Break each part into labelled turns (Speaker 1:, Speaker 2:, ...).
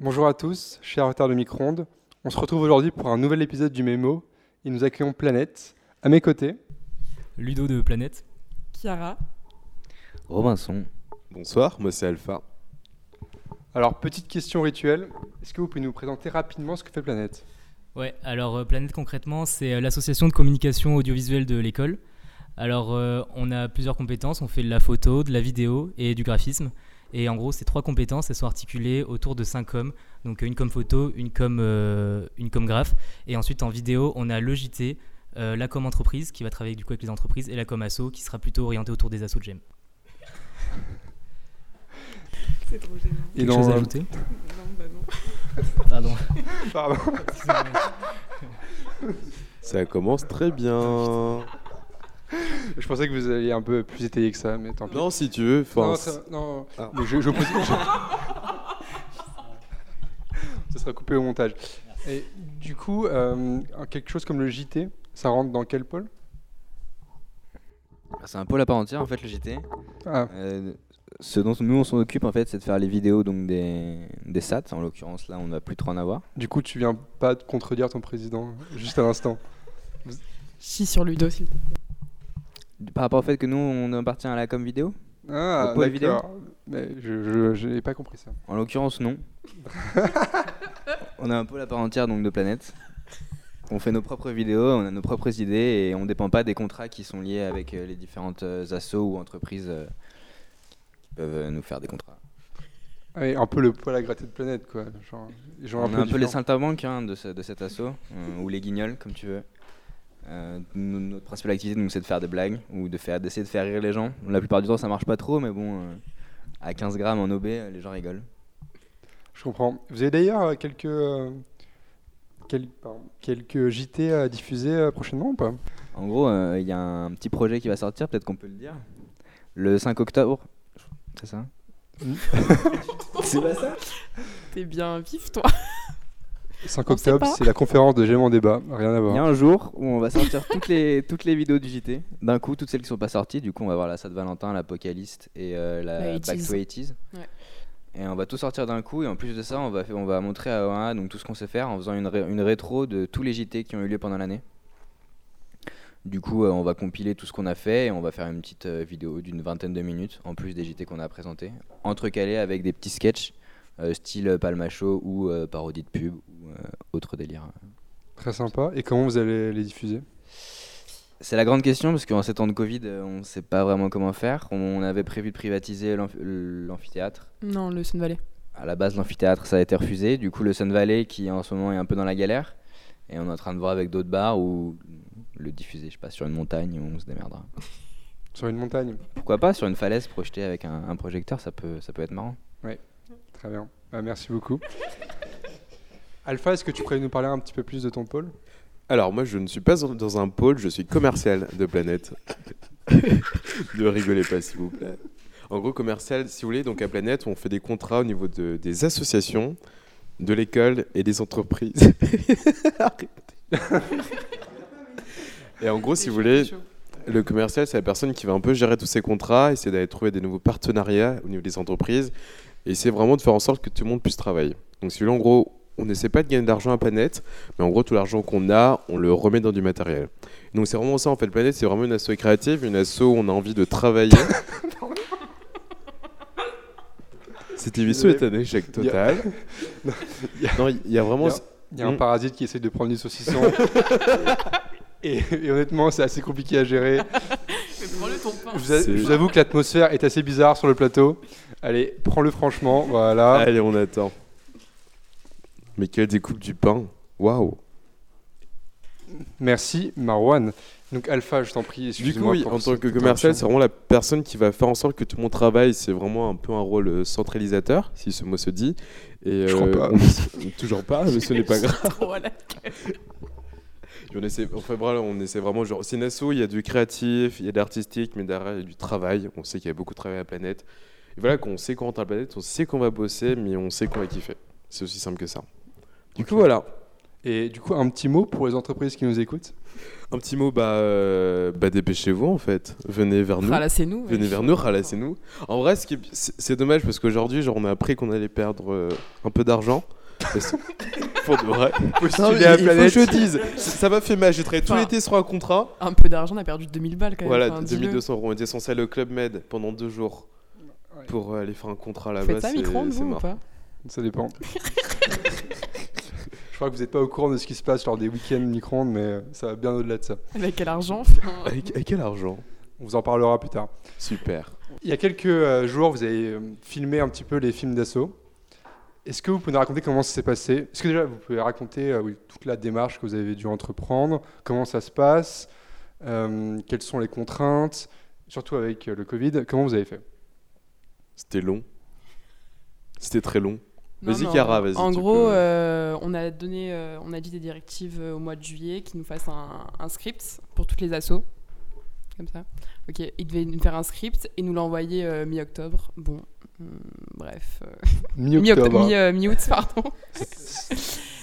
Speaker 1: Bonjour à tous, chers retards de micro-ondes. On se retrouve aujourd'hui pour un nouvel épisode du Mémo et nous accueillons Planète. À mes côtés,
Speaker 2: Ludo de Planète.
Speaker 3: Chiara.
Speaker 4: Robinson.
Speaker 5: Bonsoir, moi c'est Alpha.
Speaker 1: Alors, petite question rituelle. Est-ce que vous pouvez nous présenter rapidement ce que fait Planète
Speaker 2: Ouais, alors euh, Planète concrètement, c'est euh, l'association de communication audiovisuelle de l'école. Alors, euh, on a plusieurs compétences. On fait de la photo, de la vidéo et du graphisme. Et en gros, ces trois compétences, elles sont articulées autour de cinq coms. Donc, euh, une com photo, une com, euh, une com graphe. Et ensuite, en vidéo, on a le JT, euh, la com entreprise, qui va travailler du coup avec les entreprises, et la com asso, qui sera plutôt orientée autour des assos de GEM.
Speaker 3: C'est trop gênant.
Speaker 1: Et
Speaker 2: Quelque chose à
Speaker 1: dans-
Speaker 2: ajouter
Speaker 3: Non, bah non.
Speaker 2: Pardon.
Speaker 1: Pardon.
Speaker 5: Ça commence très bien.
Speaker 1: Je pensais que vous alliez un peu plus étayer que ça, mais tant pis.
Speaker 5: Non, si tu veux, enfin,
Speaker 1: non,
Speaker 5: c'est-
Speaker 1: ça- non.
Speaker 5: Ah.
Speaker 1: Mais je, je pose- je- ça sera coupé au montage. Et du coup, euh, quelque chose comme le JT, ça rentre dans quel pôle
Speaker 4: Ah, C'est un pôle à part entière en fait le JT.
Speaker 1: Ah,
Speaker 4: Euh, ce dont nous on s'en occupe en fait c'est de faire les vidéos donc des, des SAT. En l'occurrence là on n'a plus trop en avoir.
Speaker 1: Du coup, tu viens pas de contredire ton président juste à l'instant.
Speaker 3: Chie sur Ludo, s'il te plaît.
Speaker 4: Par rapport au fait que nous on appartient à la com vidéo
Speaker 1: Ah,
Speaker 4: Au pôle vidéo
Speaker 1: d'accord. Mais je- je je n'ai pas compris ça.
Speaker 4: En l'occurrence non. on a un pôle à part entière donc de planète. On fait nos propres vidéos, on a nos propres idées et on dépend pas des contrats qui sont liés avec euh, les différentes euh, assos ou entreprises euh, qui peuvent euh, nous faire des contrats.
Speaker 1: Ah oui, un peu le poil à gratter de planète, quoi. Genre, genre
Speaker 4: on a un peu les
Speaker 1: différent.
Speaker 4: saltimbanques hein, de, ce- de cet assaut, euh, ou les guignols, comme tu veux. Euh, nous- notre principale activité, donc, c'est de faire des blagues ou de faire, d'essayer de faire rire les gens. La plupart du temps, ça marche pas trop, mais bon, euh, à 15 grammes en OB, euh, les gens rigolent.
Speaker 1: Je comprends. Vous avez d'ailleurs euh, quelques, euh, quel- pardon, quelques JT à diffuser euh, prochainement ou pas
Speaker 4: En gros, euh, il y a un petit projet qui va sortir, peut-être qu'on peut le dire. Le 5 octobre, c'est ça C'est pas ça
Speaker 3: T'es bien vif, toi.
Speaker 1: 5
Speaker 3: On sait
Speaker 1: octobre,
Speaker 3: pas.
Speaker 1: c'est la conférence de J'aime en débat, rien à
Speaker 4: Il y a
Speaker 1: voir.
Speaker 4: un jour où on va sortir toutes les, toutes les vidéos du JT, d'un coup, toutes celles qui sont pas sorties. Du coup, on va voir la Sainte Valentin, l'Apocalypse et euh, la
Speaker 3: La
Speaker 4: Back to 80s.
Speaker 3: Ouais.
Speaker 4: Et on va tout sortir d'un coup. Et en plus de ça, on va, on va montrer à OA donc tout ce qu'on sait faire en faisant une, ré- une rétro de tous les JT qui ont eu lieu pendant l'année. Du coup, euh, on va compiler tout ce qu'on a fait et on va faire une petite euh, vidéo d'une vingtaine de minutes en plus des JT qu'on a présentés, entrecalés avec des petits sketchs euh, style palmachot ou euh, parodie de pub ou euh, autre délire.
Speaker 1: Très sympa. Et comment vous allez les diffuser
Speaker 4: C'est la grande question parce qu'en ces temps de Covid, euh, on ne sait pas vraiment comment faire. On avait prévu de privatiser l'amph- l'amphithéâtre.
Speaker 3: Non, le Sun Valley.
Speaker 4: À la base, l'amphithéâtre, ça a été refusé. Du coup, le Sun Valley, qui en ce moment est un peu dans la galère, et on est en train de voir avec d'autres bars ou le diffuser, je sais pas, sur une montagne, on se démerdera.
Speaker 1: Sur une montagne
Speaker 4: Pourquoi pas sur une falaise projetée avec un, un projecteur, ça peut, ça peut être marrant.
Speaker 1: Très bien. Bah, merci beaucoup. Alpha, est-ce que tu pourrais nous parler un petit peu plus de ton pôle
Speaker 5: Alors moi je ne suis pas en- dans un pôle, je suis commercial de Planète. ne rigolez pas s'il vous plaît. En gros commercial, si vous voulez, donc à Planète, on fait des contrats au niveau de- des associations, de l'école et des entreprises. Arrêtez. et en gros, si vous voulez, Le commercial, c'est la personne qui va un peu gérer tous ces contrats, essayer d'aller trouver des nouveaux partenariats au niveau des entreprises, et essayer vraiment de faire en sorte que tout le monde puisse travailler. Donc celui-là, en gros, on n'essaie pas de gagner d'argent à Planète, mais en gros, tout l'argent qu'on a, on le remet dans du matériel. Donc c'est vraiment ça, en fait, Planète, c'est vraiment une asso créative, une asso où on a envie de travailler. Cette émission est un échec total. Non, il y a vraiment...
Speaker 1: Il y a- Il y a un
Speaker 5: Mm.
Speaker 1: parasite qui essaie de prendre du saucisson. et, et honnêtement, c'est assez compliqué à gérer.
Speaker 3: Mais prends-le ton pain.
Speaker 1: Je vous a- je
Speaker 5: C'est-
Speaker 1: vous avoue que l'atmosphère est assez bizarre sur le plateau. Allez, prends-le franchement. Voilà.
Speaker 5: Allez, on attend. Mais quelle découpe du pain Waouh
Speaker 1: Merci Marwan. Donc Alpha, je t'en prie,
Speaker 5: Du coup,
Speaker 1: excuse-moi.
Speaker 5: oui,
Speaker 1: pour
Speaker 5: en tant
Speaker 1: cette
Speaker 5: que commercial, c'est
Speaker 1: interruption.
Speaker 5: vraiment la personne qui va faire en sorte que tout le monde travaille. C'est vraiment un peu un rôle euh, centralisateur, si ce mot se dit. Et, euh,
Speaker 1: Je crois pas.
Speaker 5: on- toujours pas, mais ce n'est pas grave.
Speaker 3: Trop à la-
Speaker 5: Et On essaie, enfin, voilà, on essaie vraiment, genre, c'est une asso, il y a du créatif, il y a de l'artistique, mais derrière, il y a du travail. On sait qu'il y a beaucoup de travail à la planète. Et voilà, qu'on sait qu'on rentre à la planète, on sait qu'on va bosser, mais on sait qu'on va kiffer. C'est aussi simple que ça. Du coup, voilà.
Speaker 1: Et du coup, un petit mot pour les entreprises qui nous écoutent.
Speaker 5: Un petit mot, bah, euh, bah dépêchez-vous en fait. Venez vers nous.
Speaker 3: Ralassez-nous.
Speaker 5: Venez vers nous, ralassez-nous. En vrai, ce qui est- c'est c'est dommage parce qu'aujourd'hui, genre, on a appris qu'on allait perdre euh, un peu d'argent. Parce- Pour de vrai. Non, mais
Speaker 1: à la
Speaker 5: il faut que
Speaker 1: planète.
Speaker 5: je le dise. Ça ça m'a fait mal. J'ai travaillé tout
Speaker 3: Enfin,
Speaker 5: l'été sur un contrat.
Speaker 3: Un peu d'argent, on a perdu 2000 balles quand même.
Speaker 5: Voilà,
Speaker 3: enfin, dis-le.
Speaker 5: 2200 euros. On était censé aller au Club Med pendant deux jours
Speaker 1: Ouais.
Speaker 5: pour euh, aller faire un contrat
Speaker 3: Vous
Speaker 5: là-bas.
Speaker 3: Faites ça,
Speaker 5: c'est-
Speaker 3: micro-ondes,
Speaker 5: c'est
Speaker 3: vous, ou
Speaker 5: mort.
Speaker 3: pas
Speaker 1: Ça dépend. Je crois que vous n'êtes pas au courant de ce qui se passe lors des week-ends micro-ondes, mais ça va bien au-delà de ça.
Speaker 3: Avec quel argent enfin,
Speaker 5: Avec, avec quel argent
Speaker 1: On vous en parlera plus tard.
Speaker 5: Super.
Speaker 1: Il y a quelques euh, jours, vous avez euh, filmé un petit peu les films d'assaut. Est-ce que vous pouvez nous raconter comment ça s'est passé Est-ce que déjà vous pouvez raconter euh, oui, toute la démarche que vous avez dû entreprendre Comment ça se passe euh, Quelles sont les contraintes Surtout avec euh, le Covid, comment vous avez fait
Speaker 5: C'était long. C'était très long.
Speaker 3: Non,
Speaker 5: Vas-y,
Speaker 3: non,
Speaker 5: Chiara, vas-y,
Speaker 3: En
Speaker 5: tu
Speaker 3: gros,
Speaker 5: peux-
Speaker 3: euh, on a donné, euh, on a dit des directives euh, au mois de juillet qui nous fassent un, un script pour toutes les assos. Comme ça. Ok, ils devaient nous faire un script et nous l'envoyer euh, mi-octobre. Bon, hum, bref. euh, mi-octobre- mi- euh, mi-août, pardon.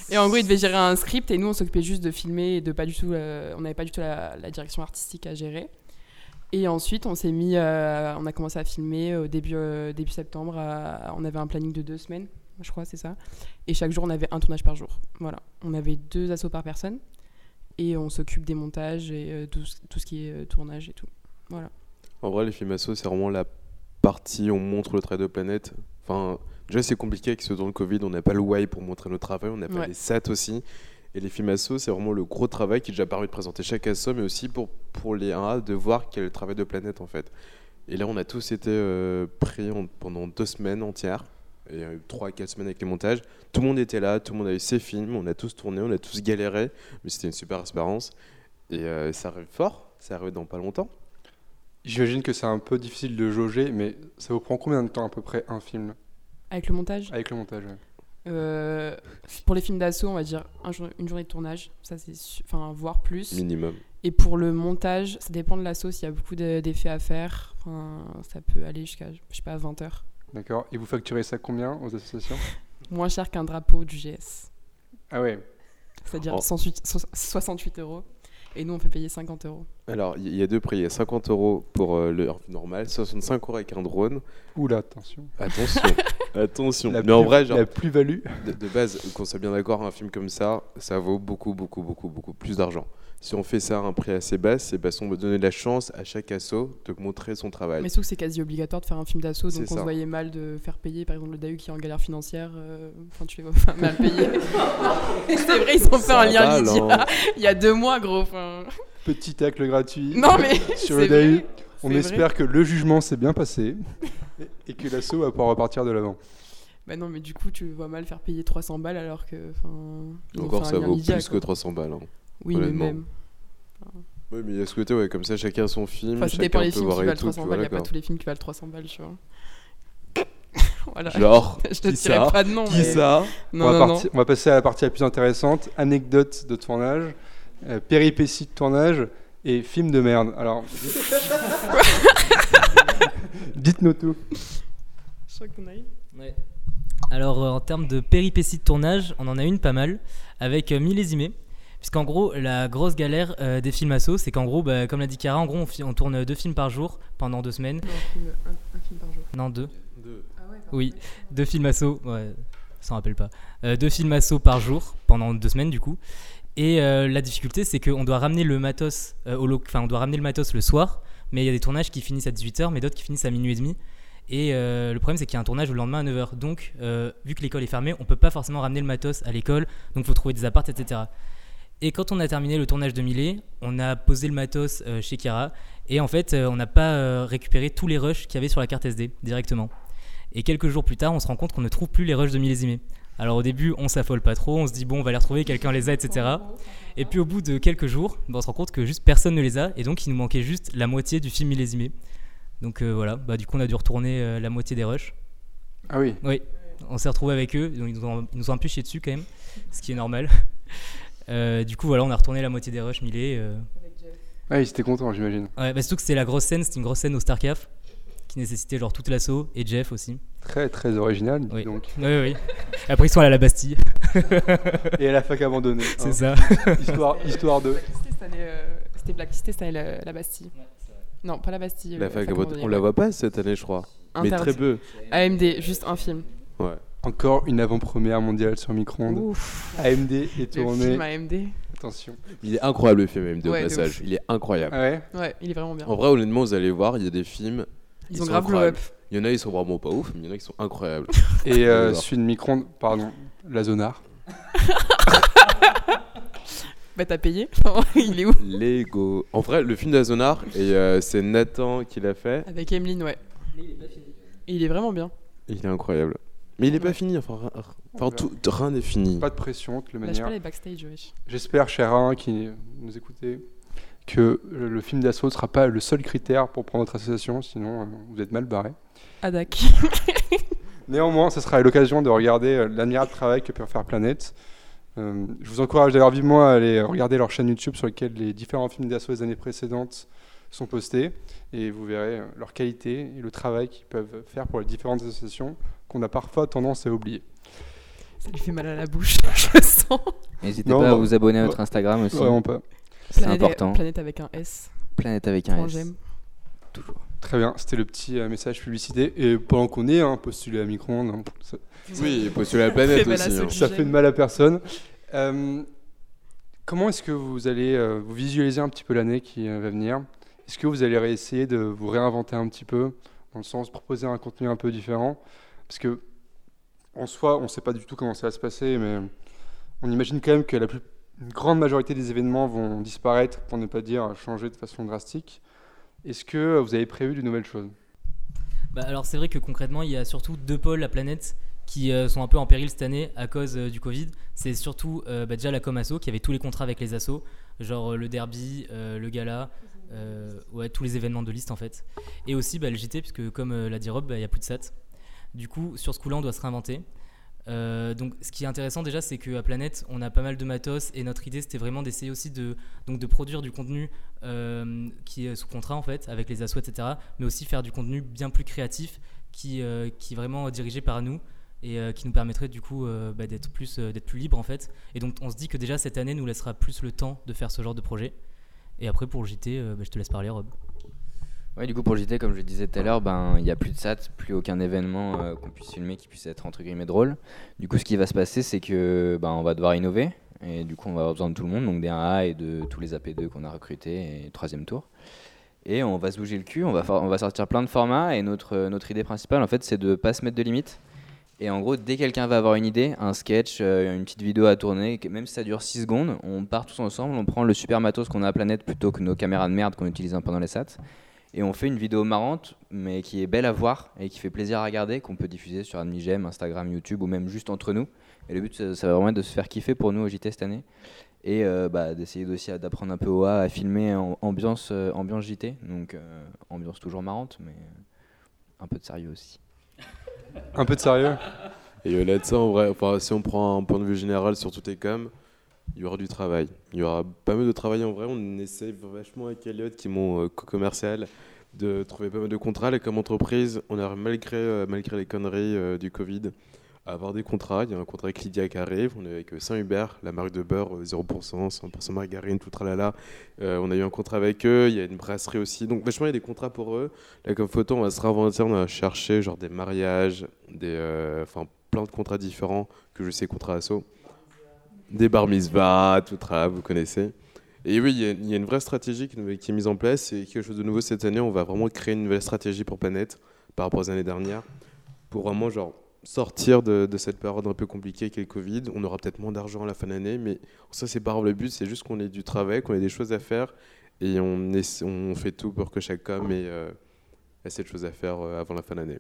Speaker 3: Et en gros, ils devaient gérer un script et nous, on s'occupait juste de filmer et de pas du tout, euh, on n'avait pas du tout la, la direction artistique à gérer. Et ensuite, on s'est mis, euh, on a commencé à filmer au début, euh, début septembre. à- on avait un planning de deux semaines, je crois, c'est ça. Et chaque jour, on avait un tournage par jour. Voilà, on avait deux assauts par personne et on s'occupe des montages et euh, tout, ce- tout ce qui est euh, tournage et tout.
Speaker 5: En vrai, les films asso, c'est vraiment la partie où on montre le travail de planète. Enfin, déjà, c'est compliqué avec ce temps de Covid. On n'a pas le why pour montrer notre travail. On n'a pas
Speaker 3: Ouais.
Speaker 5: les SAT aussi. Et les films asso, c'est vraiment le gros travail qui est déjà permis de présenter chaque asso, mais aussi pour, pour les 1A de voir quel est le travail de planète en fait. Et là, on a tous été euh, pris en- pendant deux semaines entières, et euh, trois à quatre semaines avec les montages. Tout le monde était là, tout le monde a eu ses films, on a tous tourné, on a tous galéré, mais c'était une super expérience. Et euh, ça arrive fort, ça arrive dans pas longtemps.
Speaker 1: J'imagine que c'est un peu difficile de jauger, mais ça vous prend combien de temps à peu près un film
Speaker 3: Avec le montage,
Speaker 1: avec le montage ouais.
Speaker 3: euh, pour les films d'assaut, on va dire un jour- une journée de tournage, ça c'est, su- enfin, voire plus.
Speaker 5: Minimum.
Speaker 3: Et pour le montage, ça dépend de la sauce, il y a beaucoup de- d'effets à faire. Enfin, ça peut aller jusqu'à, je sais pas, 20 heures.
Speaker 1: D'accord. Et vous facturez ça combien aux associations
Speaker 3: Moins cher qu'un drapeau du GS.
Speaker 1: Ah ouais.
Speaker 3: C'est-à-dire
Speaker 5: Oh.
Speaker 3: 108 so- 68 euros. Et nous, on fait payer 50 euros.
Speaker 5: Alors, il y a deux prix. Il y a 50 euros pour euh, le normal, 65 euros avec un drone.
Speaker 1: Oula, attention.
Speaker 5: Attention, attention.
Speaker 1: La
Speaker 5: Mais en
Speaker 1: plus-
Speaker 5: vrai, genre,
Speaker 1: La plus-value.
Speaker 5: de, de base, qu'on soit bien d'accord, un film comme ça, ça vaut beaucoup, beaucoup, beaucoup, beaucoup plus d'argent. Si on fait ça à un prix assez bas, c'est parce qu'on veut donner la chance à chaque asso de montrer son travail.
Speaker 3: Mais sauf que c'est quasi obligatoire de faire un film d'assaut, donc
Speaker 5: C'est
Speaker 3: on
Speaker 5: ça.
Speaker 3: se voyait mal de faire payer, par exemple, le DAU qui est en galère financière. euh, Enfin, tu les vois pas mal payer. c'est vrai, ils ont fait
Speaker 5: Ça
Speaker 3: un lien
Speaker 5: va,
Speaker 3: Lydia
Speaker 5: là.
Speaker 3: il y a deux mois, gros. enfin.
Speaker 1: Petit tacle gratuit.
Speaker 3: Non, mais.
Speaker 1: Sur le
Speaker 3: c'est
Speaker 1: DAU,
Speaker 3: vrai,
Speaker 1: on
Speaker 3: c'est vrai.
Speaker 1: espère que le jugement s'est bien passé et que l'assaut va pouvoir repartir de l'avant.
Speaker 3: Bah non, mais du coup, tu vois mal faire payer 300 balles alors que. enfin, ils ont
Speaker 5: Encore,
Speaker 3: fait un
Speaker 5: ça
Speaker 3: lien
Speaker 5: vaut
Speaker 3: Lydia,
Speaker 5: plus
Speaker 3: quoi.
Speaker 5: que 300 balles. hein.
Speaker 3: Oui, mais
Speaker 5: honnêtement.
Speaker 3: même.
Speaker 5: Oui, mais il y a ce côté, ouais, comme ça, chacun a son film.
Speaker 3: Enfin, ça
Speaker 5: chacun
Speaker 3: dépend
Speaker 5: peut
Speaker 3: des films
Speaker 5: voir
Speaker 3: qui
Speaker 5: et
Speaker 3: valent
Speaker 5: tout, tu
Speaker 3: 300
Speaker 5: vois,
Speaker 3: balles. Il n'y a pas
Speaker 5: d'accord.
Speaker 3: tous les films qui valent 300 balles, tu vois. voilà.
Speaker 5: Genre,
Speaker 3: je te
Speaker 5: qui
Speaker 3: dirai
Speaker 5: ça
Speaker 3: pas de nom.
Speaker 5: qui
Speaker 3: mais-
Speaker 5: ça
Speaker 1: on,
Speaker 3: Non,
Speaker 1: va
Speaker 3: non, non.
Speaker 1: parti- on va passer à la partie la plus intéressante anecdotes de tournage, euh, péripéties de tournage et films de merde. Alors. Dites-nous tout.
Speaker 3: Je crois que t'en as une.
Speaker 2: Ouais. Alors, euh, en termes de péripéties de tournage, on en a une pas mal, avec euh, millésimé. Puisqu'en gros, la grosse galère euh, des films asso, c'est qu'en gros, bah, comme l'a dit Cara, en gros, on, fi- on tourne deux films par jour pendant deux semaines.
Speaker 3: Non, un film, un, un film par jour.
Speaker 2: Non, deux.
Speaker 3: Ah ouais,
Speaker 2: Oui, deux films asso, ouais, ça rappelle pas. Euh, deux films asso par jour pendant deux semaines du coup. Et euh, la difficulté, c'est qu'on doit ramener le matos euh, au lo- enfin on doit ramener le matos le soir, mais il y a des tournages qui finissent à 18h, mais d'autres qui finissent à minuit et demi. Et euh, le problème, c'est qu'il y a un tournage le lendemain à 9h. Donc, euh, vu que l'école est fermée, on peut pas forcément ramener le matos à l'école, donc faut trouver des apparts, etc. Et quand on a terminé le tournage de Millet, on a posé le matos euh, chez Kira, et en fait, euh, on n'a pas euh, récupéré tous les rushs qu'il y avait sur la carte SD directement. Et quelques jours plus tard, on se rend compte qu'on ne trouve plus les rushs de millésimés. Alors au début, on s'affole pas trop, on se dit bon, on va les retrouver, quelqu'un les a, etc. Et puis au bout de quelques jours, bah, on se rend compte que juste personne ne les a, et donc il nous manquait juste la moitié du film millésimé. Donc euh, voilà, bah, du coup on a dû retourner euh, la moitié des rushs.
Speaker 1: Ah oui.
Speaker 2: Oui, on s'est retrouvé avec eux, donc ils nous, ont, ils nous ont un peu chié dessus quand même, ce qui est normal. Euh, du coup voilà, on a retourné la moitié des rushs millet. euh.
Speaker 1: Ah, ils étaient contents, j'imagine.
Speaker 2: Ouais, bah, surtout que c'était la grosse scène, c'était une grosse scène au StarCaf, qui qui nécessitait genre toute l'assaut et Jeff aussi.
Speaker 1: Très, très original, dis
Speaker 2: Oui.
Speaker 1: donc.
Speaker 2: Oui, oui, oui. Après, ils sont allés à la Bastille,
Speaker 1: Et à la fac abandonnée.
Speaker 2: c'est
Speaker 1: hein.
Speaker 2: ça.
Speaker 1: Histoire, histoire de.
Speaker 3: Blacklisté cette année, euh, C'était blacklisté cette année, la, la Bastille. Non, pas la Bastille.
Speaker 5: La
Speaker 3: euh,
Speaker 5: fac,
Speaker 3: fac
Speaker 5: abandonnée, on la voit pas cette année, je crois. Mais
Speaker 3: Interdit.
Speaker 5: très peu.
Speaker 3: AMD, juste un film.
Speaker 1: Encore une avant-première mondiale sur micro-ondes.
Speaker 3: Ouf.
Speaker 1: AMD est
Speaker 3: Le
Speaker 1: tourné.
Speaker 3: film AMD.
Speaker 1: Attention.
Speaker 5: Il est incroyable le film MD
Speaker 3: Ouais,
Speaker 5: au
Speaker 3: de
Speaker 5: passage.
Speaker 3: ouf.
Speaker 5: Il est incroyable.
Speaker 1: Ah ouais
Speaker 3: Ouais, il est vraiment bien.
Speaker 5: En vrai, honnêtement, vous allez voir, il y a des
Speaker 3: Ils,
Speaker 5: films. Oh, ils
Speaker 3: ont
Speaker 5: sont
Speaker 3: grave blow up.
Speaker 5: incroyables. Il y en a, ils sont vraiment pas ouf, mais il y en a qui sont incroyables.
Speaker 1: Et
Speaker 5: On va
Speaker 1: euh,
Speaker 5: voir.
Speaker 1: celui de micro-ondes, pardon, la zonar.
Speaker 3: Bah t'as payé. il est où
Speaker 5: Lego. En vrai, le film d'Azonar, et euh, c'est Nathan qui l'a fait,
Speaker 3: Avec Emeline, ouais. Il est vraiment bien.
Speaker 5: il est incroyable. Mais il est pas fini, enfin, rien- enfin, tout, rien n'est fini.
Speaker 1: Pas de pression, de toute
Speaker 3: Lâche
Speaker 1: manière.
Speaker 3: pas les backstage, wesh.
Speaker 1: J'espère, cher Alain, qui nous écoutez, que le le film d'assaut ne sera pas le seul critère pour prendre notre association, sinon euh, vous êtes mal barré.
Speaker 3: Adak.
Speaker 1: Néanmoins, ce sera l'occasion de regarder euh, l'admirable travail que peut faire Planète. Euh, je vous encourage d'ailleurs vivement à aller regarder leur chaîne YouTube sur laquelle les différents films d'assaut des années précédentes sont postés. Et vous verrez euh, leur qualité et le travail qu'ils peuvent faire pour les différentes associations qu'on a parfois tendance à oublier.
Speaker 3: Ça lui fait mal à la bouche, je sens.
Speaker 4: N'hésitez
Speaker 1: Non,
Speaker 4: pas à
Speaker 1: non.
Speaker 4: vous abonner à
Speaker 1: Non.
Speaker 4: notre Instagram aussi.
Speaker 1: Vraiment pas.
Speaker 4: C'est
Speaker 3: Planète-
Speaker 4: important.
Speaker 3: Planète avec un S.
Speaker 4: Planète avec un
Speaker 3: Point
Speaker 4: S.
Speaker 3: j'aime.
Speaker 1: Très bien, c'était le petit euh, message publicité. Et pendant qu'on est, hein, postuler à micro-ondes, hein, ça-
Speaker 5: Oui, il sur la planète
Speaker 3: Très belle
Speaker 5: aussi. hein.
Speaker 3: association.
Speaker 1: ça
Speaker 3: J'aime.
Speaker 1: fait de mal à personne. Euh, comment est-ce que vous allez euh, vous visualiser un petit peu l'année qui euh, va venir Est-ce que vous allez essayer de vous réinventer un petit peu, dans le sens proposer un contenu un peu différent Parce que en soi, on ne sait pas du tout comment ça va se passer, mais on imagine quand même que la plus une grande majorité des événements vont disparaître, pour ne pas dire changer de façon drastique. Est-ce que euh, vous avez prévu de nouvelles choses
Speaker 2: Bah, alors c'est vrai que concrètement, il y a surtout deux pôles, la planète, qui euh, sont un peu en péril cette année à cause euh, du Covid. C'est surtout euh, bah, déjà la Comasso qui avait tous les contrats avec les assos, genre euh, le derby, euh, le gala, euh, ouais, tous les événements de liste en fait. Et aussi bah, le JT, puisque comme euh, l'a dit Rob, bah, il n'y a plus de SAT. Du coup, sur ce coup-là, on doit se réinventer. Euh, donc, ce qui est intéressant déjà, c'est qu'à Planète, on a pas mal de matos et notre idée, c'était vraiment d'essayer aussi de, donc de produire du contenu euh, qui est sous contrat en fait avec les assos etc mais aussi faire du contenu bien plus créatif qui, euh, qui est vraiment dirigé par nous et euh, qui nous permettrait du coup euh, bah, d'être plus euh, d'être plus libre en fait et donc on se dit que déjà cette année nous laissera plus le temps de faire ce genre de projet et après pour le JT euh, bah, je te laisse parler Rob
Speaker 4: Ouais, du coup, pour le JT, comme je le disais tout à l'heure, ben, il n'y a plus de SAT, plus aucun événement euh, qu'on puisse filmer qui puisse être entre guillemets drôle. Du coup, ce qui va se passer, c'est que ben, on va devoir innover. Et du coup, on va avoir besoin de tout le monde, donc des 1A et de tous les AP2 qu'on a recrutés, et troisième tour. Et on va se bouger le cul, on va, for- on va sortir plein de formats. Et notre, euh, notre idée principale, en fait, c'est de pas se mettre de limites. Et en gros, dès que quelqu'un va avoir une idée, un sketch, euh, une petite vidéo à tourner, que- même si ça dure 6 secondes, on part tous ensemble, on prend le super matos qu'on a à Planète plutôt que nos caméras de merde qu'on utilise pendant les SAT et on fait une vidéo marrante, mais qui est belle à voir et qui fait plaisir à regarder, qu'on peut diffuser sur AdmiGem, Instagram, YouTube ou même juste entre nous. Et le but, ça, ça va vraiment être de se faire kiffer pour nous au JT cette année et euh, bah, d'essayer aussi à- d'apprendre un peu au A à filmer en ambiance, euh, ambiance JT, donc euh, ambiance toujours marrante, mais euh, un peu de sérieux aussi.
Speaker 1: Un peu de sérieux
Speaker 5: Et au-delà de ça, en vrai, enfin, si on prend un point de vue général sur toutes les coms, il y aura du travail. Il y aura pas mal de travail en vrai. On essaie vachement avec Elliot, qui est mon euh, co-commercial, de trouver pas mal de contrats. Et comme entreprise, on arrive malgré, euh, malgré les conneries euh, du Covid à avoir des contrats. Il y a un contrat avec Lydia qui arrive. On est avec euh, Saint-Hubert, la marque de beurre euh, 0%, 100% margarine, tout tralala. Euh, on a eu un contrat avec eux. Il y a une brasserie aussi. Donc vachement, il y a des contrats pour eux. Là, comme photo, on va se réinventer, on va chercher genre des mariages, des, euh, enfin plein de contrats différents que je sais, contrats asso, des bar mitzvahs, tout ça, vous connaissez. Et oui, il y a- il y, a une vraie stratégie qui, nous- qui est mise en place et quelque chose de nouveau cette année. On va vraiment créer une nouvelle stratégie pour Planète par rapport aux années dernières pour vraiment genre sortir de, de cette période un peu compliquée qu'est le Covid. On aura peut-être moins d'argent à la fin de l'année, mais ça, c'est pas grave. Le but, c'est juste qu'on ait du travail, qu'on ait des choses à faire et on, essa- on fait tout pour que chaque homme ait, euh, ait cette chose à faire euh, avant la fin de l'année.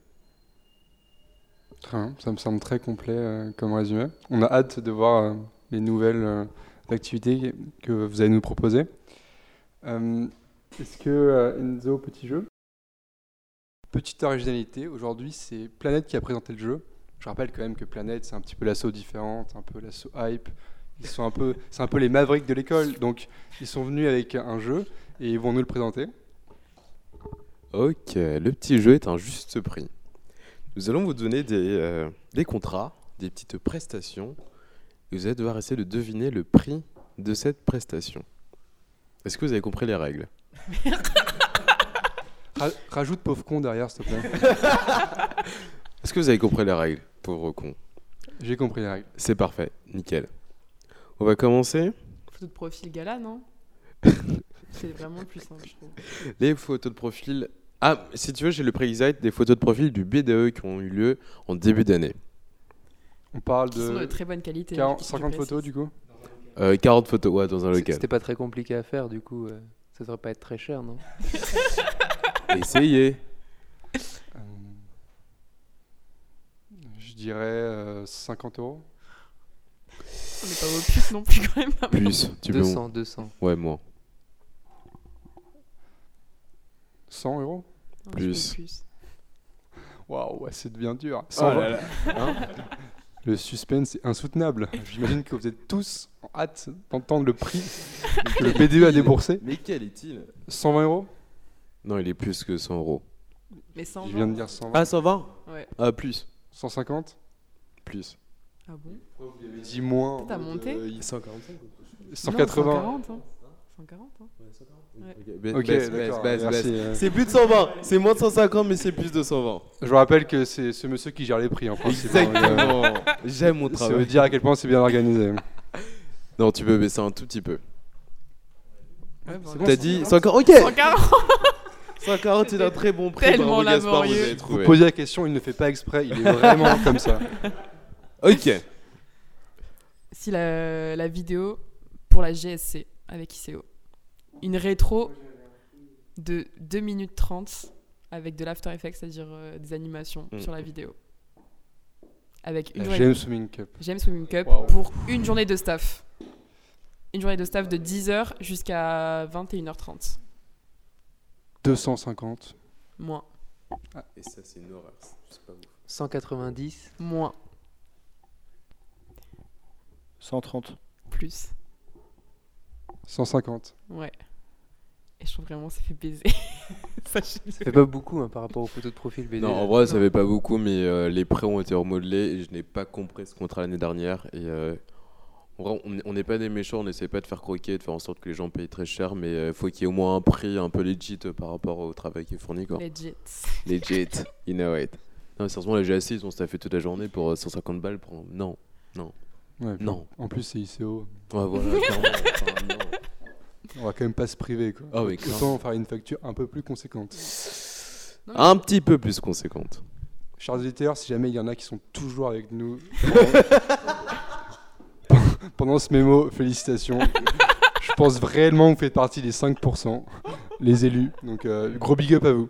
Speaker 1: Très bien, ça me semble très complet euh, comme résumé. On a hâte de voir euh, les nouvelles euh, activités que vous allez nous proposer. Euh, Est-ce que euh, Enzo, petit jeu Petite originalité, aujourd'hui c'est Planète qui a présenté le jeu. Je rappelle quand même que Planète c'est un petit peu l'assaut différente, un peu l'assaut hype. Ils sont un peu, c'est un peu les mavericks de l'école, donc ils sont venus avec un jeu et ils vont nous le présenter.
Speaker 5: Ok, le petit jeu est un juste prix. Nous allons vous donner des, euh, des contrats, des petites prestations. Et vous allez devoir essayer de deviner le prix de cette prestation. Est-ce que vous avez compris les règles
Speaker 1: Ra- rajoute pauvre con derrière, s'il te plaît.
Speaker 5: Est-ce que vous avez compris les règles, pauvre con
Speaker 1: J'ai compris les règles.
Speaker 5: C'est parfait, nickel. On va commencer.
Speaker 3: Photo de profil gala, non C'est vraiment le plus simple, je trouve.
Speaker 5: Les photos de profil. Ah, si tu veux, j'ai le prix exact des photos de profil du BDE qui ont eu lieu en début d'année.
Speaker 1: On parle
Speaker 3: Qui sont de
Speaker 1: de
Speaker 3: très bonne qualité.
Speaker 1: 40,
Speaker 3: hein, qui sont
Speaker 1: 50
Speaker 3: placés.
Speaker 1: photos du coup
Speaker 5: Euh, 40 photos, ouais, dans un local.
Speaker 6: C'était pas très compliqué à faire, du coup. euh, ça devrait pas être très cher, non
Speaker 5: Essayez.
Speaker 1: Euh, Je dirais euh, 50 euros.
Speaker 3: On n'est pas au plus non plus, quand même.
Speaker 5: Plus, tu peux.
Speaker 6: 200, 200.
Speaker 5: Ouais, moi.
Speaker 1: 100 euros
Speaker 3: Un petit peu
Speaker 5: Plus.
Speaker 1: Waouh, ouais, c'est bien dur.
Speaker 5: Oh
Speaker 1: 120.
Speaker 5: là là.
Speaker 1: Le suspense est insoutenable. J'imagine que vous êtes tous en hâte d'entendre le prix que le BDE a déboursé.
Speaker 5: Mais quel est-il
Speaker 1: 120 euros
Speaker 5: Non, il est plus que 100 euros.
Speaker 3: Mais sans
Speaker 1: Je viens de dire 120.
Speaker 5: Ah, 120
Speaker 3: Ouais.
Speaker 5: Ah, plus.
Speaker 1: 150
Speaker 5: Plus.
Speaker 3: Ah bon
Speaker 1: J'avais dit moins.
Speaker 3: T'as
Speaker 1: en mode,
Speaker 3: monté
Speaker 1: euh, il-
Speaker 5: 145
Speaker 1: 180.
Speaker 3: 140, hein. 140, hein.
Speaker 1: Ok, d'accord, merci, euh.
Speaker 5: C'est plus de 120, c'est moins de 150, mais c'est plus de 120.
Speaker 1: Je vous rappelle que c'est ce monsieur qui gère les prix en principe. hein, euh,
Speaker 5: J'aime mon
Speaker 1: Ça veut dire à quel point c'est bien organisé.
Speaker 5: Non, tu peux baisser un tout petit peu.
Speaker 3: Ouais, bah, on
Speaker 5: T'as
Speaker 3: est
Speaker 5: dit
Speaker 3: 140.
Speaker 5: 140, ok
Speaker 3: 140
Speaker 5: 140 c'est un très bon prix.
Speaker 3: Tellement
Speaker 5: bravo, Gaspard, vous
Speaker 3: laborieux.
Speaker 5: avez trouvé.
Speaker 1: Poser la question, il ne fait pas exprès, il est vraiment comme ça.
Speaker 5: Ok.
Speaker 3: Si la, la vidéo pour la GSC avec ICO. Une rétro de 2 minutes 30 avec de l'After Effects, c'est-à-dire euh, des animations
Speaker 5: Mm.
Speaker 3: sur la vidéo. Avec une journée-
Speaker 1: James Swimming Cup.
Speaker 3: James Swimming Cup pour une journée de staff. Une journée de staff de 10h jusqu'à 21h30.
Speaker 1: 250.
Speaker 3: Moins.
Speaker 5: Et ça, c'est une horreur. C'est pas ouf.
Speaker 6: 190,
Speaker 3: Moins.
Speaker 7: 130.
Speaker 3: Plus.
Speaker 1: 150.
Speaker 3: Ouais. Et je trouve vraiment ça fait baiser. ça, je-
Speaker 6: ça fait pas beaucoup hein, par rapport aux photos de profil BD.
Speaker 5: Non, en vrai, ça fait pas beaucoup, mais euh, les prêts ont été remodelés et je n'ai pas compris ce contrat l'année dernière. Et euh, en vrai, on- on n'est pas des méchants, on n'essaie pas de faire croquer, de faire en sorte que les gens payent très cher, mais euh, faut qu'il y ait au moins un prix un peu legit euh, par rapport au travail qui est fourni. Quoi.
Speaker 3: Legit.
Speaker 5: Legit, you know it. Non, mais sérieusement, la GAC, ils ont staffé toute la journée pour euh, 150 balles. Pour... Non,
Speaker 1: Ouais, puis
Speaker 5: Non.
Speaker 1: En plus, c'est ICO.
Speaker 5: ouais, Ah, voilà, clairement, enfin, non.
Speaker 1: On va quand même pas se priver. Quoi.
Speaker 5: Ah oui,
Speaker 1: Autant faire une facture un peu plus conséquente.
Speaker 5: Un petit peu plus conséquente.
Speaker 1: Chers auditeurs, si jamais il y en a qui sont toujours avec nous pendant, pendant ce mémo, félicitations. Je pense réellement que vous faites partie des 5%, les élus. Donc, euh, gros big up à vous.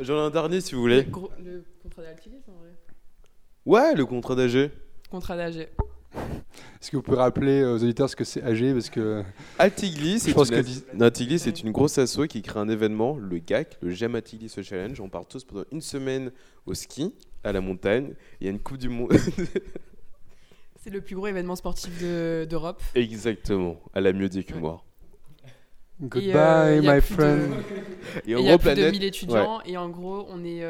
Speaker 5: J'en ai un dernier si vous
Speaker 3: Le,
Speaker 5: voulez.
Speaker 3: gros- le contrat d'Altilis en vrai.
Speaker 5: Ouais, le contrat d'AG.
Speaker 3: Contrat d'AG.
Speaker 1: Est-ce que vous pouvez rappeler euh, aux auditeurs ce que c'est AG Parce que
Speaker 5: Altigli, c'est
Speaker 1: Je pense
Speaker 5: une,
Speaker 1: que
Speaker 5: as-
Speaker 1: dis-
Speaker 5: non, Altigli, c'est une grosse asso qui crée un événement, le GAC, le J'aime Altigli ce challenge. On part tous pendant une semaine au ski, à la montagne. Il y a une Coupe du Monde.
Speaker 3: C'est le plus gros événement sportif de- d'Europe.
Speaker 5: Exactement, à la mieux dit que
Speaker 3: Ouais.
Speaker 5: moi.
Speaker 1: Goodbye,
Speaker 3: Et, euh, y a
Speaker 1: my
Speaker 3: plus de-
Speaker 1: friend.
Speaker 5: Et
Speaker 3: et
Speaker 5: en
Speaker 3: Il y a
Speaker 5: gros,
Speaker 3: plus de
Speaker 5: planète.
Speaker 3: 1000 étudiants et en gros, on est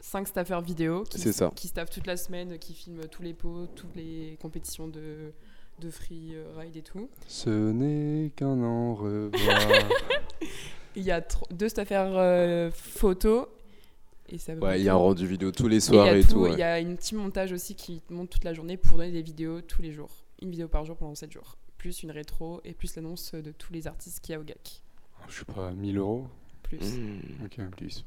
Speaker 3: 5 staffeurs vidéo qui,
Speaker 5: C'est ça.
Speaker 3: qui staffent toute la semaine, qui filment tous les pots, toutes les compétitions de, de free euh, ride et tout.
Speaker 1: Ce n'est qu'un en revoir.
Speaker 3: Il y a tro- deux staffeurs euh, photo. Et ça
Speaker 5: Ouais, il y a un rendu vidéo tous les
Speaker 3: Et il y a
Speaker 5: soirs et tout.
Speaker 3: tout,
Speaker 5: ouais.
Speaker 3: Il y a une petite montage aussi qui monte toute la journée pour donner des vidéos tous les jours. Une vidéo par jour pendant 7 jours. Plus une rétro et plus l'annonce de tous les artistes qu'il y a au GAC.
Speaker 1: Je sais pas, 1000 euros.
Speaker 3: Plus.
Speaker 5: Mmh.
Speaker 1: Ok. Oui,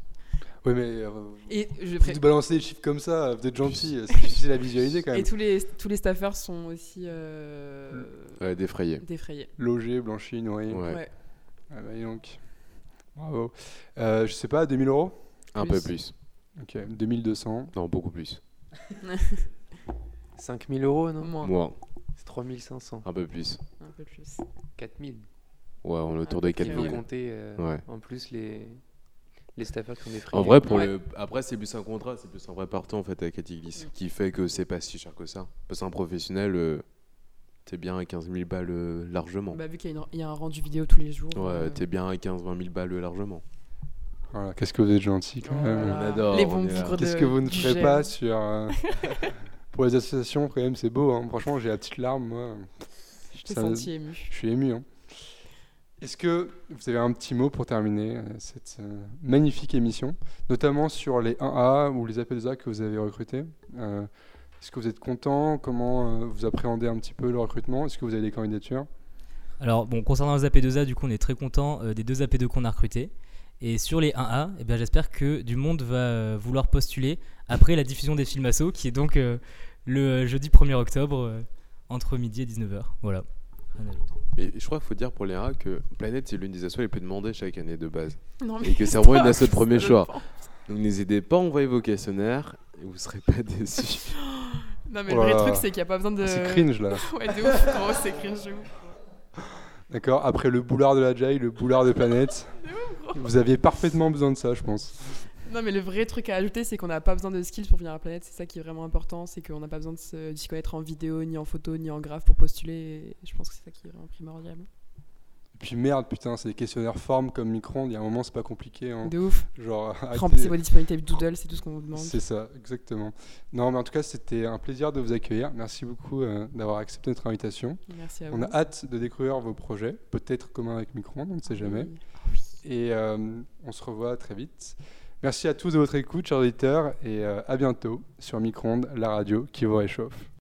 Speaker 1: mais euh,
Speaker 3: Et je
Speaker 1: vous balancez les chiffres comme ça, vous êtes gentil. euh, C'est difficile à visualiser quand
Speaker 3: Et
Speaker 1: même.
Speaker 3: tous les, tous les staffeurs sont aussi euh,
Speaker 5: Ouais, défrayé.
Speaker 3: défrayés.
Speaker 1: Logé, blanchi, nourri.
Speaker 5: Ouais.
Speaker 3: Ouais.
Speaker 1: Ah bah dis donc. Bravo. Euh, je sais pas, 2000 euros
Speaker 5: Un
Speaker 3: Plus.
Speaker 5: peu plus.
Speaker 1: Ok, 2200.
Speaker 5: Non, beaucoup plus.
Speaker 6: 5000 euros,
Speaker 1: Hein.
Speaker 6: non
Speaker 3: Moins,
Speaker 5: Moi,
Speaker 6: C'est 3500.
Speaker 5: un peu plus.
Speaker 3: un peu plus.
Speaker 6: 4000.
Speaker 5: Ouais, on est autour
Speaker 3: Ah,
Speaker 5: des
Speaker 6: Il faut
Speaker 5: 4000.
Speaker 6: compter euh,
Speaker 5: Ouais.
Speaker 6: en plus les, les staffeurs qui ont des frais.
Speaker 5: En vrai, pour
Speaker 3: Ouais.
Speaker 5: le... après, c'est plus un contrat, c'est plus un vrai partant en fait avec Atiglis, qui fait que c'est pas si cher que ça. Parce qu'un professionnel, euh, t'es bien à 15 000 balles euh, largement.
Speaker 3: Bah, vu qu'il y, a une- il y a un rendu vidéo tous les jours.
Speaker 5: ouais,
Speaker 3: euh,
Speaker 5: t'es bien à 15 000 20 000 balles euh, largement.
Speaker 1: Voilà, Qu'est-ce que vous êtes gentil quand même.
Speaker 3: Voilà.
Speaker 4: adore,
Speaker 3: oh Les
Speaker 4: on
Speaker 3: bons
Speaker 4: est là.
Speaker 3: bougres de-
Speaker 1: Qu'est-ce que vous ne
Speaker 3: du
Speaker 1: ferez
Speaker 3: gel.
Speaker 1: pas sur. euh, Pour les associations, quand même, c'est beau. hein. Franchement, j'ai la petite larme. Moi.
Speaker 3: Je t'ai
Speaker 1: Ça-
Speaker 3: senti ému.
Speaker 1: Je suis ému. hein. Est-ce que vous avez un petit mot pour terminer euh, cette euh, magnifique émission, notamment sur les 1A ou les AP2A que vous avez recrutés Euh, Est-ce que vous êtes content Comment euh, vous appréhendez un petit peu le recrutement Est-ce que vous avez des candidatures
Speaker 2: Alors, bon, concernant les AP2A, du coup, on est très content euh, des deux AP2 qu'on a recrutés. Et sur les 1A, eh bien, j'espère que du monde va euh, vouloir postuler après la diffusion des films asso, qui est donc euh, le euh, jeudi 1er octobre, euh, entre midi et 19h. Voilà. Rien à ajouter.
Speaker 5: Mais je crois qu'il faut dire pour l'ERA que Planète, c'est l'une des assos les plus demandées chaque année de base.
Speaker 3: Non,
Speaker 5: Et que c'est vraiment une
Speaker 3: pas,
Speaker 5: asso de premier
Speaker 3: je
Speaker 5: choix.
Speaker 3: pense.
Speaker 5: Donc n'hésitez pas à envoyer vos questionnaires et vous serez pas déçus.
Speaker 3: Non, mais
Speaker 1: Oh là
Speaker 3: le vrai
Speaker 1: là.
Speaker 3: truc, c'est qu'il n'y a pas besoin de.
Speaker 1: Ah, C'est cringe là.
Speaker 3: Ouais, de ouf, gros, c'est cringe. de ouf.
Speaker 1: D'accord Après le boulard de la Jai, le boulard de Planète. Vous aviez parfaitement besoin de ça, je pense.
Speaker 3: Non, mais le vrai truc à ajouter, c'est qu'on n'a pas besoin de skills pour venir à la planète. C'est ça qui est vraiment important. C'est qu'on n'a pas besoin de se- de s'y connaître en vidéo, ni en photo, ni en graphe pour postuler. Et je pense que c'est ça qui est vraiment primordial.
Speaker 1: Et puis merde, putain, c'est des questionnaires formes comme Micron. Il y a un moment, c'est pas compliqué. hein.
Speaker 3: De ouf.
Speaker 1: Genre, arrêtez.
Speaker 3: Remplissez vos disponibilités Doodle, c'est tout ce qu'on vous demande.
Speaker 1: C'est ça, exactement. Non, mais en tout cas, c'était un plaisir de vous accueillir. Merci beaucoup euh, d'avoir accepté notre invitation.
Speaker 3: Merci à vous.
Speaker 1: On a hâte de découvrir vos projets, peut-être communs avec Micron, on ne sait jamais.
Speaker 3: Oui.
Speaker 1: Et euh, on se revoit très vite. Merci à tous de votre écoute, chers auditeurs, et euh, à bientôt sur Micron, la radio qui vous réchauffe.